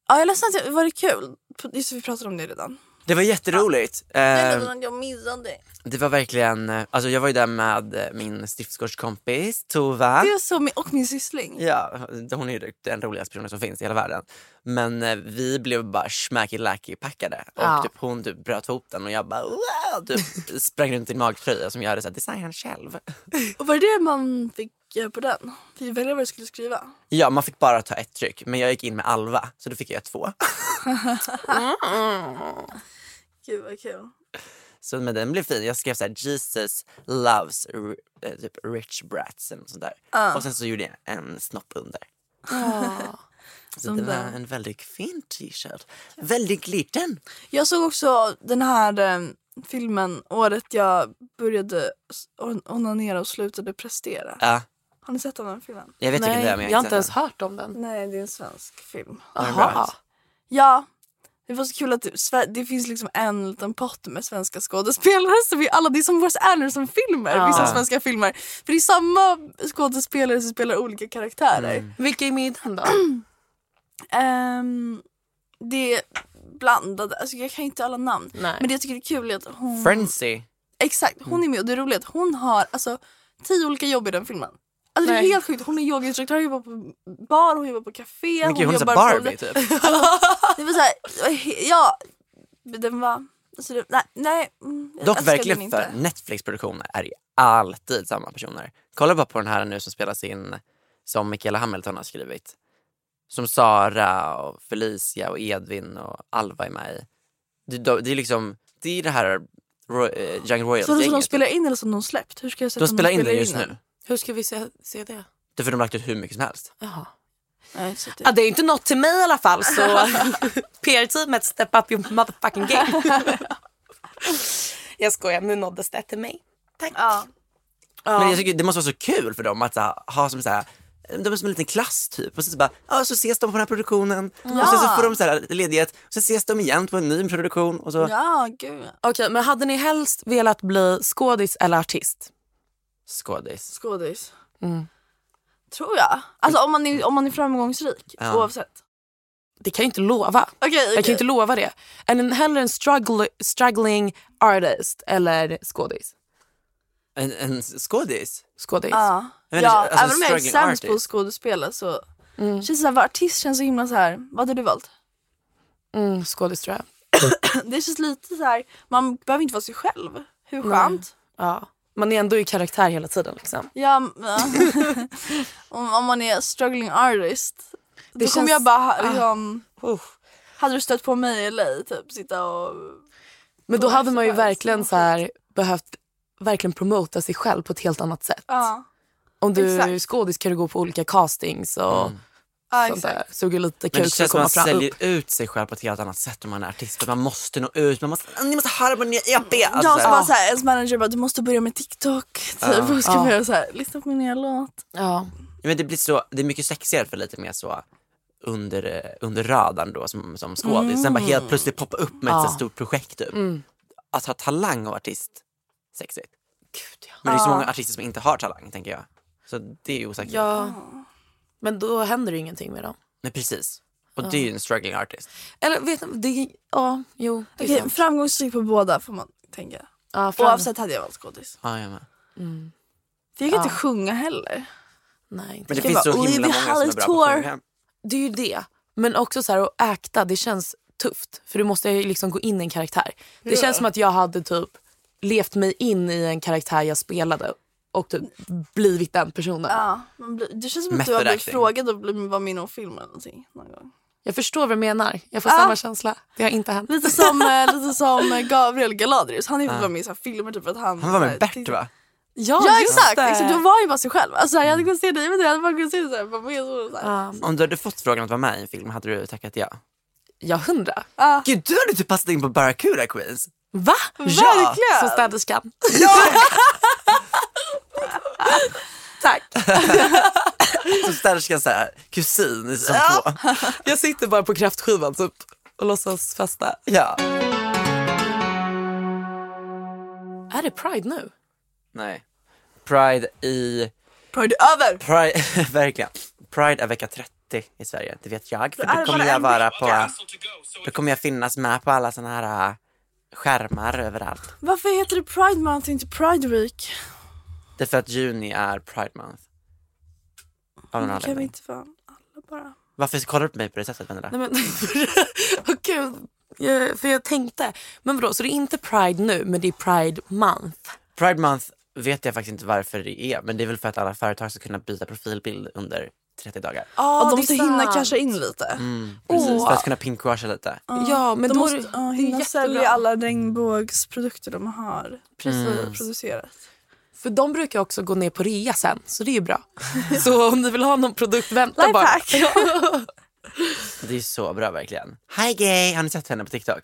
B: ja, jag är ledsen att jag, var det kul? Just det, vi pratade om det redan.
A: Det var jätteroligt. Eh,
B: att jag missade.
A: det var verkligen, eh, alltså jag var ju där med eh, min stiftsgårdskompis Tova.
B: Det är så, med- och min syssling.
A: Ja, hon är ju den roligaste personen som finns i hela världen. Men eh, vi blev bara smacky packade och
C: Ja.
A: typ, hon typ bröt foten och jag bara wow! typ, sprang runt i en magtröja som jag hade så här, designat själv.
B: Och var det det man fick göra på den? Fick ju välja vad du skulle skriva.
A: Ja, man fick bara ta ett tryck men jag gick in med Alva så då fick jag två.
B: Gud vad kul.
A: Så, men den blev fin. Jag skrev så här, Jesus loves ri- eh, typ rich brats eller något sånt där. Och sen så gjorde jag en snopp under. Så det var en väldigt fin t-shirt. Väldigt liten.
B: Jag såg också den här eh, filmen året jag började s- on- onanera och slutade prestera.
A: Ja,
B: Har ni sett den här filmen?
A: jag vet vilken det är men
C: jag har
A: sett
C: inte ens
A: den.
C: hört om den.
B: Nej, det är en svensk film.
A: All
C: Jaha.
A: right.
B: Ja, Det var så kul att det, sve- det finns liksom en liten pott med svenska skådespelare. Så vi alla, det är som Wes Anderson-filmer, vissa svenska filmer. För det är samma skådespelare som spelar olika karaktärer.
C: Vilka är med i den då?
B: Ehm, det är blandade, alltså jag kan inte alla namn.
C: Nej.
B: Men det jag tycker är kul är att hon...
A: Frenzy.
B: Exakt,
A: Mm.
B: hon är med och det är roligt att hon har alltså, tio olika jobb i den filmen. Alltså, det är
C: Nej.
B: helt sjukt, hon är yogainstruktör, hon jobbar på bar, hon jobbar på café.
A: Men gud, hon är så
B: jobbar
A: Barbie
B: på...
A: typ.
B: Det var så här, ja, den var... Alltså, det, nej, nej. mm, jag
A: Dock
B: älskade
A: verkligen
B: den
A: för
B: inte.
A: Netflix-produktioner är det alltid samma personer. Kolla bara på den här nu som spelas in som Michaela Hamilton har skrivit. Som Sara, och Felicia, och Edvin och Alva är med i. Det, det, det är liksom, det är det här Ro, eh, Young
B: Så de, så de
A: Royals-gänget.
B: spelar in eller som de släppt? Hur ska jag säga
A: De
B: att
A: spelar in den
B: spelar
A: just
B: den?
A: nu.
C: Hur ska vi se, se det?
A: Det är för de har lagt ut hur mycket som helst.
B: Nej, så typ. det-
C: Ja, det är inte något till mig i alla fall så PR-teamet step up your motherfucking game. jag skojar, nu nåddes det till mig. Tack.
B: Ja.
A: Men jag tycker det måste vara så kul för dem att så här, ha som så här, de är som en liten klass typ. Och sen så bara, ja så ses de på den här produktionen. Och sen så får de så här ledighet. Och sen ses de igen på en ny produktion. Och så,
B: ja, gud.
C: Okej, men hade ni helst velat bli skådis eller artist?
A: Skådis.
B: skådis.
C: Mm.
B: Tror jag. Alltså om man är, om man är framgångsrik
A: Ja.
B: oavsett.
C: Det kan jag inte lova.
B: Okej, okej.
C: Jag kan inte lova det. Är ni hellre en struggle, struggling artist eller skådis?
A: En, en skådis?
C: skådis.
B: Ja,
A: Men
B: ja.
A: alltså,
B: även om jag är
A: struggling
B: sämst på att
A: artist.
B: skådespela så känns det så här, vad artist känns så himla så här. vad hade du valt?
C: Mm, skådis tror jag.
B: Det känns lite så här, man behöver inte vara sig själv. Hur skönt?
C: Ja. Man är ändå i karaktär hela tiden. Liksom.
B: Ja, m- ja. om, om man är struggling artist. Då
C: Det
B: kommer
C: känns- ah.
B: jag bara, ha- liksom,
C: Uff.
B: hade du stött på mig i LA typ sitta och
C: Men då
B: Då
C: hade man ju
B: är det så
C: verkligen så här, behövt verkligen promota sig själv på ett helt annat sätt.
B: ja,
C: Om du är
B: exakt.
C: skådis kan du gå på olika castings och
B: ja
C: sånt
B: exakt.
C: där. Suga lite
A: Mm. Men det
C: kuk för
A: känns
C: att
A: som
C: komma
A: att man
C: fram.
A: säljer
C: upp.
A: ut sig själv på ett helt annat sätt om man är artist. För att man måste nå ut, man måste, ni måste höra på nya EP. Alltså,
B: Ja, och
A: så
B: så
A: här.
B: bara såhär, ens manager bara du måste börja med TikTok. Typ. Och ska
C: Ja.
B: börja såhär, lyssna på min nya låt.
C: Ja.
A: Men det, blir så, det är mycket sexigare för lite mer så under, eh, under radarn då som, som skådis. Sen bara helt plötsligt poppa upp med ett så här stort projekt. Typ. Att ha talang och artist, sexigt. Men det är så många artister som inte har talang tänker jag. Så det är ju osäkert.
C: ja. Men då händer det ju ingenting med dem.
A: Nej, precis. Och det är ju en struggling artist.
C: Eller vet ni, det, ja, jo. Det är
B: Okej,
C: sant.
B: framgångsrik på båda får man tänka.
C: ja, fram-
B: Oavsett hade jag valt skådis.
A: Ja, jag med.
B: För jag kan inte sjunga heller.
C: Nej, inte.
A: Men det
B: Ska
A: finns
B: bara,
A: så himla
B: Olivia
A: många som är bra på att
B: Halley-tour.
A: sjunga.
C: det är ju det. Men också så här att äkta, det känns tufft. För du måste ju liksom gå in i en karaktär. Det känns som att jag hade typ levt mig in i en karaktär jag spelade och typ blivit den personen.
B: Ja, man blir, det känns som att
A: Method
B: du har blivit
A: acting.
B: frågad och blivit vad min om film eller någonting. Någon gång.
C: Jag förstår vad du menar. Jag får samma känsla. Det har inte hänt.
B: Lite som, eh, lite som eh, Gabriel Galadrius, han har ju fått vara med i så här filmer typ att han...
A: Han var
B: så här,
A: med Bert
B: tänkte-
A: va?
C: Ja,
B: Ja
C: just
B: exakt,
C: det.
B: exakt, du var ju bara sig själv. Alltså, jag hade kunnat se dig med det, jag hade bara kunnat se dig såhär, vara med och såhär.
C: Ja,
A: Om du hade fått frågan att vara med i en film hade du tackat ja?
C: ja, hundra.
A: Gud, du hade typ passat in på Barracuda Queens.
C: Va?
A: Verkligen.
C: Som städerskan. Tack.
A: Som städerskan såhär, kusin i säsong två.
C: Jag sitter bara på kraftskivan typ och låtsas festa.
A: Ja.
C: Är det Pride nu?
A: Nej. Pride i...
B: Pride över!
A: Pride, verkligen. Pride är vecka 30 i Sverige, det vet jag. För då kommer jag vara på... Då kommer jag finnas med på alla såna här äh, skärmar överallt.
B: Varför heter det Pride Month och inte Pride Week?
A: Det är för att juni är Pride Month. Av någon
B: Kan vi
A: anledning.
B: inte vara alla bara?
A: Varför kollar du på mig på det sättet Vendela?
C: Nej, men, vad kul. Jag, för jag tänkte, men vadå, så det är inte Pride nu, men det är Pride month.
A: Pride Month vet jag faktiskt inte varför det är, men det är väl för att alla företag ska kunna byta profilbild under 30 dagar.
C: Ja,
B: och de ska hinna casha in lite.
A: Mm. Precis, för att kunna pinkwasha lite.
C: Ja, men
B: De
C: då
B: måste
C: är det-
B: ja,
C: det är
B: hinna sälja
C: jättebra.
B: alla regnbågsprodukter de har
A: Mm.
B: producerat.
C: För de brukar också gå ner på rea sen, så det är ju bra. så om ni vill ha någon produkt, vänta bara.
B: Lifehack!
A: Det är så bra verkligen. Hi gay! Har ni sett henne på TikTok?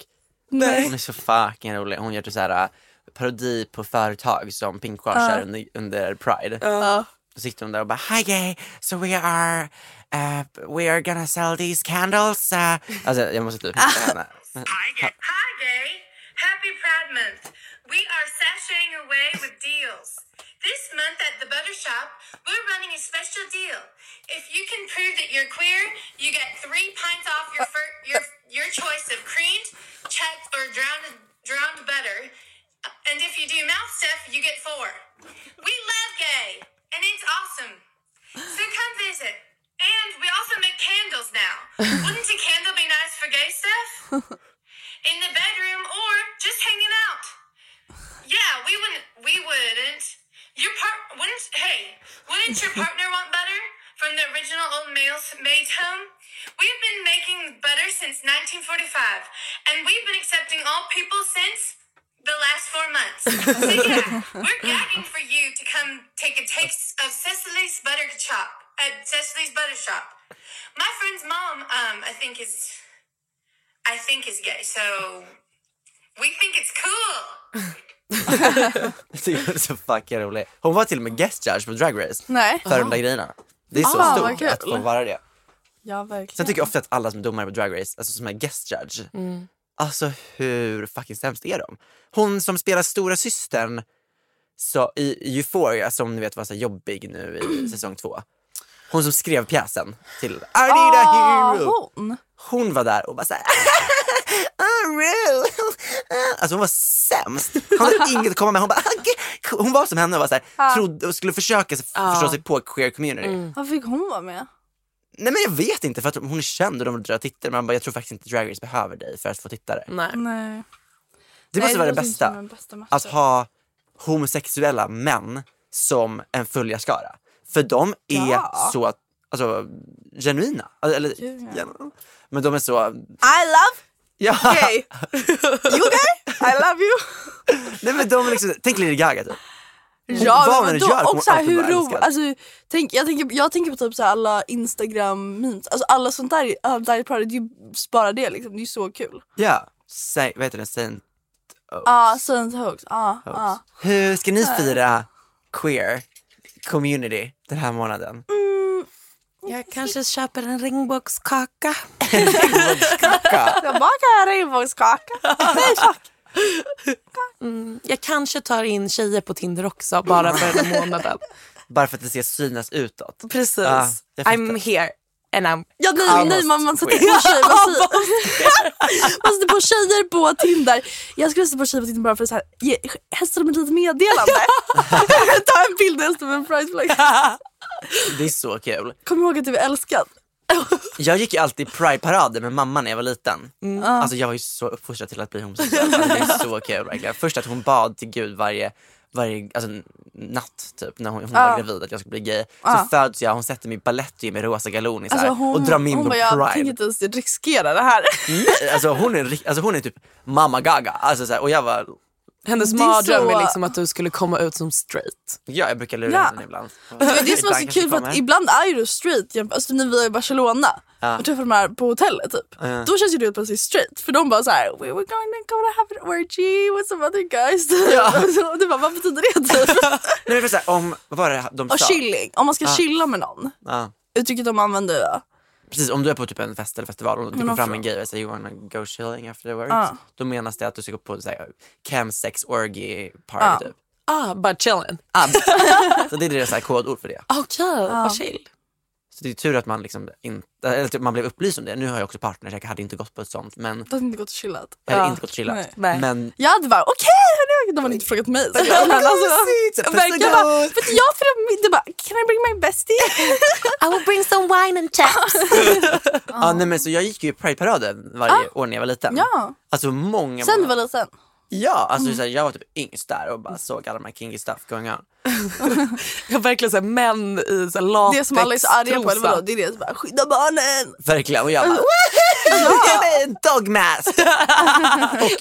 A: Nej. Hon är så fucking rolig. Hon gör typ så här äh, parodi på företag som pinkwashar under, under Pride. Då sitter hon där och bara Hi gay! So we äh, are, uh, we are gonna sell these candles. Uh. Alltså jag äh." måste typ hitta henne.
C: Hi, gay. Hi, gay. Happy Pride Month. We are sashaying away with deals. This month at the Butter Shop, we're running a special deal. If you can prove that you're queer, you get three pints off your fir- your your choice of creamed, checked, or drowned drowned butter. Uh, And if you do mouth stuff, you get four. We love gay, and it's awesome. So come visit. And we also make candles now. Wouldn't a candle be nice for gay stuff? In the bedroom or just hanging out. Yeah, we wouldn't we wouldn't. Your part wouldn't hey, wouldn't your partner want butter? From the original old male's maid's home? We've been making butter since 1945, and we've been accepting all people since the last four months. So yeah, we're gagging for you to come take a taste of Cecily's butter shop at Cecily's butter shop. My friend's mom, um, I think is, I think is gay. So we think it's cool.
A: Jag tycker hon är så fucking rolig. Hon var till och med guest judge på Drag Race.
B: Nej.
A: För de där grejerna. Det är så
B: Ah, vad
A: stort
B: kul.
A: att få vara det.
B: Ja,
A: Sen
B: verkligen.
A: tycker jag ofta att alla som är domare på Drag Race, alltså som är guest judge, alltså hur fucking sämst är de? Hon som spelar stora systern så, i Euphoria som ni vet var så här jobbig nu i säsong två. Hon som skrev pjäsen till I need a
B: Ah,
A: hero.
B: hon.
A: Hon var där och bara såhär... alltså hon var sämst. Hon hade inget att komma med. Hon, bara, "Okej." hon var som henne och, var så här, trodde, och skulle försöka s- förstå sig på queer community.
B: Vad fick hon vara med?
A: Nej men jag vet inte för att hon är känd och de vill dra tittare. Men man bara, jag tror faktiskt inte Drag Race behöver dig för att få tittare.
D: Nej.
B: Nej.
A: Det måste
B: Nej,
A: vara det
B: låter inte
A: bästa.
B: som
A: Alltså,
B: den bästa matchen.
A: Att ha homosexuella män som en följarskara. För de är
B: Ja.
A: så alltså, genuina. Alltså, Eller, gen- men de är så...
B: I love
A: Ja.
B: gay. you gay? I love you.
A: Nej men de är liksom, tänk Lady Gaga typ. Hon-
B: Ja,
A: vad
B: men
A: den
B: då,
A: gör kommer
B: och så här,
A: alltid
B: hur
A: vara
B: roligt.
A: älskad.
B: Alltså, tänk, jag, tänker, jag tänker på typ så här alla instagram memes. Alltså alla sånt där, alla där Pride, det är ju bara det liksom. Det är ju så kul.
A: Ja, Sa- vad heter det? Saint
B: Ja, ah, Saint Hoax. Ja, ah, ah.
A: Hur ska ni fira queer community den här månaden?
D: Jag kanske köper en regnbågskaka.
A: Kaka.
B: Jag bakar en regnbågskaka. Nej, fuck.
D: Jag kanske tar in tjejer på Tinder också bara för den här månaden.
A: Bara för att det ska synas utåt.
D: Precis.
A: Ja, jag fattar.
D: I'm here and I'm...
B: Ja, nej,
A: Almost
B: nej man, man sätter
A: queer.
B: på tjejer. Man säger- man sätter på tjejer på Tinder. Jag skulle sätta på tjejer på Tinder bara för att så här, ge, hälsa dem ett litet meddelande. Ta en bild när jag står med en prideflagga.
A: Det är så kul.
B: Kom ihåg att du är älskad.
A: Jag gick ju alltid Pride-parader med mamma när jag var liten.
B: Mm.
A: Alltså jag var ju så uppfostrad till att bli homosexuell. Alltså, det är så kul verkligen. Först att hon bad till gud varje, varje alltså, natt typ när hon, hon var gravid att jag skulle bli gay. Så föds jag, hon sätter mig i balett med rosa galoni så här,
B: Alltså, hon,
A: och drar mig in
B: hon
A: på
B: bara, jag tänker
A: Pride.
B: inte ens riskera det här.
A: Nej, alltså, hon är, ri- alltså hon är typ mamma Gaga. Alltså, så här, och jag var,
D: Hennes
B: Det är
D: mardröm
B: så-
D: är liksom att du skulle komma ut som straight.
A: ja, jag brukar lura
B: Ja.
A: henne ibland.
B: Men Alltså, det som är
A: Ibland
B: så
A: kanske
B: kul för
A: kommer.
B: att ibland är ju du straight jämfört- alltså, när vi var i Barcelona och träffade de här på hotellet typ. Då känns ju du helt plötsligt straight för de bara så här: we were going to go to have an orgy with some other guys. Och så- och du bara vad betyder det typ?
A: Nej, men för så här, om, vad var det de
B: och
A: sa?
B: chilling, om man ska chilla med någon.
A: Ja.
B: Uttrycket de använder ja.
A: Precis, om du är på typ en fest eller festival och det kommer
B: man
A: fram
B: får-
A: en gay och säger you wanna go chilling afterwards.
B: Ja.
A: Då menas det att du ska gå på så här, cam sex orgy party typ.
D: Ah, bara chillen.
A: Så det är deras så här kodord för det.
D: Okej, vad chill.
A: Så det är tur att man liksom inte, eller typ man blev upplyst om det. Nu har jag också partner så jag hade inte gått på ett sånt men
B: Det hade inte gått och chillat.
A: jag hade
D: Ja.
A: inte gått och chillat.
D: Nej.
A: Men
B: Jag hade bara okej hörni, de hade inte frågat mig. Så jag, men alltså,
A: Mysigt, så typ, puss och
B: jag bara,
A: kram.
B: vet du, jag fyller det bara can I bring my bestie?
D: I will bring some wine and chaps.
A: Ja, nej, men så jag gick ju i Pride-paraden varje år när jag var liten.
B: Ja.
A: Alltså många,
B: Sen du
A: många
B: var Mm. liten.
A: Ja, alltså så här, jag var typ yngst där och bara såg alla de här kinky stuff going on.
D: Jag verkligen såhär män i såhär latex
B: Det som alla är så arga på, eller vadå?
D: trosa.
B: Det är det som bara skydda barnen.
A: Verkligen. Och jag bara, "Woho! Ge mig en dog mask!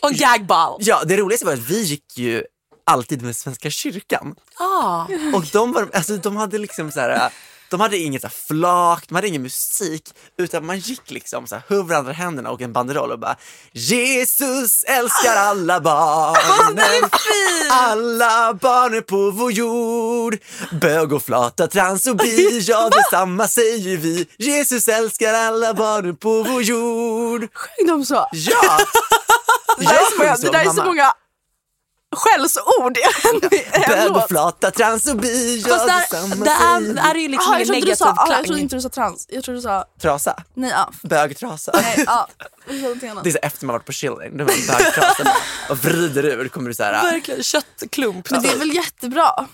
D: Och en gagball.
A: Ja, det roligaste var att vi gick ju alltid med Svenska kyrkan.
D: Ah.
A: Och de, var, alltså, de hade liksom så här, De hade inget så här flak, de hade ingen musik, utan man gick liksom så här, höll varandra i händerna och en banderoll och bara Jesus älskar alla barn. alla barn är på vår jord. Bög och flata, trans och bi, ja detsamma säger vi. Jesus älskar alla barn på vår jord.
E: Sjöng de så?
A: Ja!
E: Det där, är
A: Jag
E: så, många,
A: sjöng
E: det där är så
A: mamma.
E: många skällsord i en, i en
A: Bög och
E: låt.
A: flata, trans och bi, ja
E: Fast där,
A: detsamma
E: där
A: säger vi.
E: är det ju liksom
B: Jaha, jag
E: en
B: trodde du
E: negativ
B: sa, ah, jag trodde
E: klang.
B: inte du sa trans. Jag trodde du sa,
A: Trasa,
B: nej ja.
A: bögtrasa.
B: Nej, ja. Jag sa någonting annat.
A: Det är så här, efter man varit på chilling, då är man bögtrasan och vrider ur kommer du så här,
C: Verkligen, köttklump.
B: Men det är väl jättebra?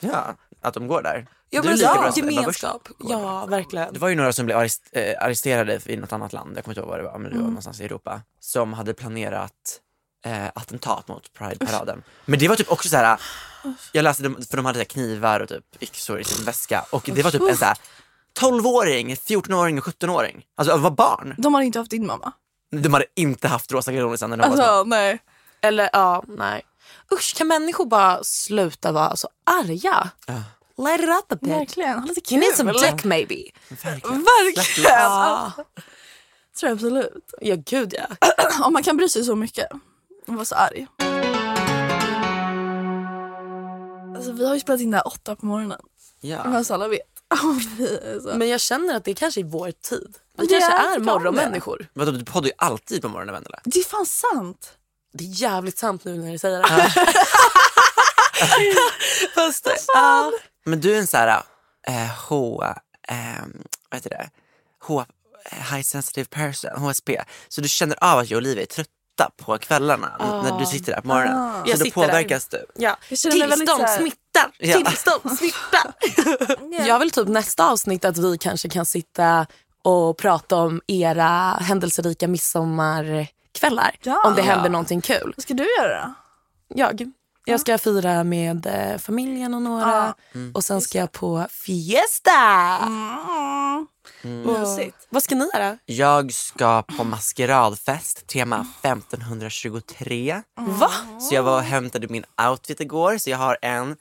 A: ja, att de går där.
C: Ja,
A: Du
C: men
A: är lika
C: ja,
A: bra som Ebba Busch.
C: gemenskap. Ja, verkligen.
A: Det var ju några som blev arrest, eh, arresterade i något annat land, jag kommer inte ihåg vad det var, men det var
C: Mm.
A: någonstans i Europa, som hade planerat eh, attentat mot Pride-paraden. Men det var typ också så här, jag läste, dem- för de hade så här knivar och typ yxor i sin väska och det var typ en så här 12-åring, 14-åring och 17-åring. Alltså de var barn.
B: De har inte haft din mamma.
A: De hade inte haft rosa kanoner när de var små.
B: Alltså nej.
C: Eller ja, nej. Usch, kan människor bara sluta vara så arga? Light it up a bit.
B: Verkligen, ha lite kul.
C: You need some dick maybe.
B: Verkligen. Ja. Tror jag absolut.
C: Ja, gud ja.
B: Om man kan bry sig så mycket. Man var så arg. Alltså, vi har ju spelat in det här åtta på morgonen.
A: Ja.
B: Vad så Alltså, alla vet. Och vi är så-
C: Men jag känner att det kanske är vår tid. Vi
B: Men det
C: kanske
B: är
C: är
B: lite
C: morgonmänniskor.
A: Vadå, du poddar ju alltid på morgonen Vendela.
B: Det är fan sant.
C: Det är jävligt sant nu när du säger det. Fast, ja.
A: Men du är en så här eh, H... Eh, vad heter det? H... eh, High sensitive person, HSP. Så du känner av att jag och Olivia är trötta på kvällarna n- när du sitter där på morgonen. Så
C: Jag
A: då
C: sitter där.
A: påverkas du.
C: Ja.
B: Jag känner mig väldigt så här-
C: Tillståndssmitta!
A: Ja.
C: Tillståndssmitta! Jag vill typ nästa avsnitt att vi kanske kan sitta och prata om era händelserika midsommarkvällar.
B: Ja.
C: Om det händer någonting kul.
B: Vad ska du göra då?
C: Jag. Jag ska fira med eh, familjen och några och sen ska jag på fiesta.
B: Mm. Mysigt.
C: Vad ska ni göra?
A: Jag ska på maskeradfest, tema 1523.
C: Va?
A: Så jag var och hämtade min outfit igår. Så jag har en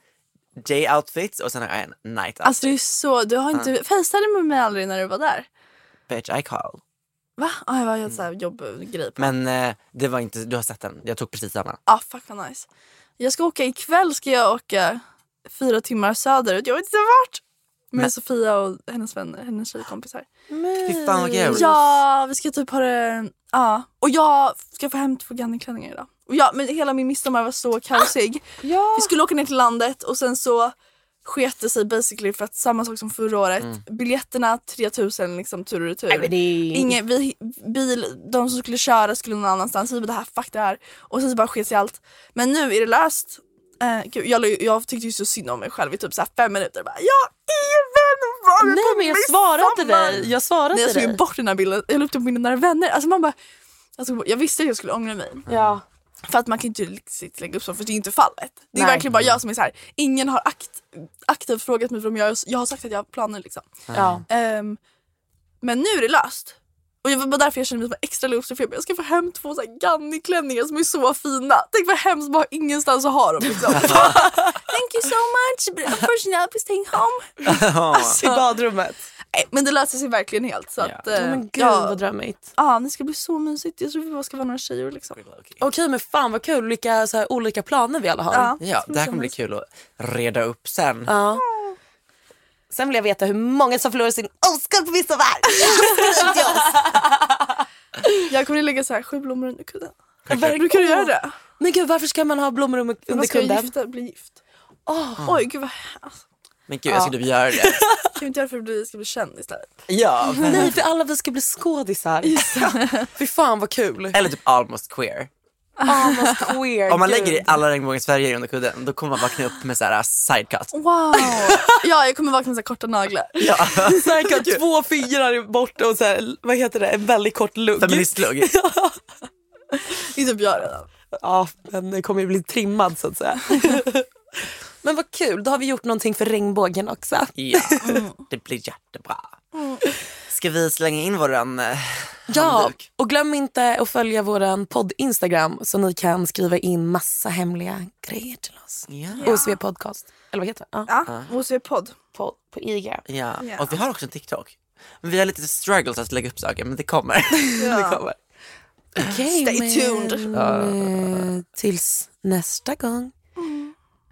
A: day outfit och sen har jag en night outfit.
B: Alltså det är så, du har inte, faceade med mig aldrig när du var där.
A: Bitch I call.
B: Va? Ah, jag var helt såhär jobbgrej på.
A: Men eh, det var inte, du har sett den. Jag tog precis samma.
B: Ah, fuck vad nice. Jag ska åka ikväll ska jag åka fyra timmar söderut. Jag vet inte vart. Med Sofia och hennes vänner, hennes tjejkompisar.
A: Fy fan vad kul.
B: Ja, vi ska typ ha det... Ja. Och jag ska få hem två Ganni-klänningar idag. Och ja, men hela min midsommar var så kaosig.
C: Ah,
B: Vi skulle åka ner till landet och sen så sket det sig basically för att samma sak som förra året.
C: Mm.
B: Biljetterna 3000 liksom tur och retur. Inge, vi, bil, de som skulle köra skulle någon annanstans. Vi bara det här, fuck det här. Och sen så bara sket sig allt. Men nu är det löst. Eh, gud, jag, la ju- jag tyckte ju så synd om mig själv i typ så här fem minuter. Bara, jag är vän var
C: Nej men jag svarade dig. Jag svarade
B: Nej, jag såg ju
C: dig.
B: bort den här bilden. Jag la upp den på mina nära vänner. Alltså man bara, jag, såg, bort- jag visste att jag skulle ångra mig.
C: Ja.
B: För att man kan ju inte riktigt lägga upp sånt för det är ju inte fallet. Det är
C: Nej.
B: verkligen bara jag som är så här. ingen har akt, aktivt frågat mig för om jag, jag har sagt att jag har planer liksom.
C: Ja.
B: Ehm, men nu är det löst. Och jag var bara därför jag kände mig som en extra löst för jag ska få hem två så här Ganni-klänningar som är så fina. Tänk vad hemskt, bara ingenstans att ha dem liksom. Thank you so much for staying home.
C: I badrummet.
B: Nej, Men det löser sig verkligen helt så att... eh,
C: Men gud
B: ja.
C: vad drömmigt.
B: Ja, ah, det ska bli så mysigt. Jag tror vi bara ska vara några tjejer liksom.
C: Okej men fan vad kul. Vilka så här, olika planer vi alla har.
B: Ja.
A: Ja, det här kommer bli kul att reda upp sen.
C: Ja. Sen vill jag veta hur många som förlorar sin oskuld på midsommar. Skriv till oss.
B: Jag kommer lägga så här sju blommor under kudden. Brukar du göra det?
C: Men gud, varför ska man ha blommor under
B: Man ska ju
C: kudden?
B: gifta, bli gift.
A: Ah.
B: Oj gud vad alltså,
A: Men gud, jag ska typ göra det.
B: Kan vi inte göra det för att bli, ska bli känd istället?
A: Ja,
C: Nej, för alla vi ska bli skådisar. Fy fan vad kul.
A: eller typ almost queer.
C: Almost queer.
A: Om man
C: gud.
A: lägger i alla regnbågens färger under kudden då kommer man vakna upp med så här äh, sidecut.
C: Oh,
B: Wow! ja jag kommer vakna med så här korta naglar.
A: Ja.
C: Säkert två fingrar bort och så här, vad heter det, en väldigt kort lugg.
A: Feministlugg.
B: Det är typ jag redan.
C: Ja, men den kommer ju bli trimmad så att säga. men vad kul, då har vi gjort någonting för regnbågen också.
A: Ja, det blir jättebra. Ska vi slänga in våran eh,
C: Mm. Ja,
A: handduk.
C: och glöm inte att följa vår podd Instagram så ni kan skriva in massa hemliga grejer till oss.
A: Ja.
C: OSV podcast, eller vad heter det? Ja.
A: Ah.
B: Ja, OCP-podd.
C: Podd på IG.
A: Ja.
B: Ja.
A: och vi har också en TikTok. Men vi har lite struggles att lägga upp saker, men det kommer. det kommer.
C: Okej,
B: Stay
C: men,
B: tuned.
C: eh, Tills nästa gång. Mm.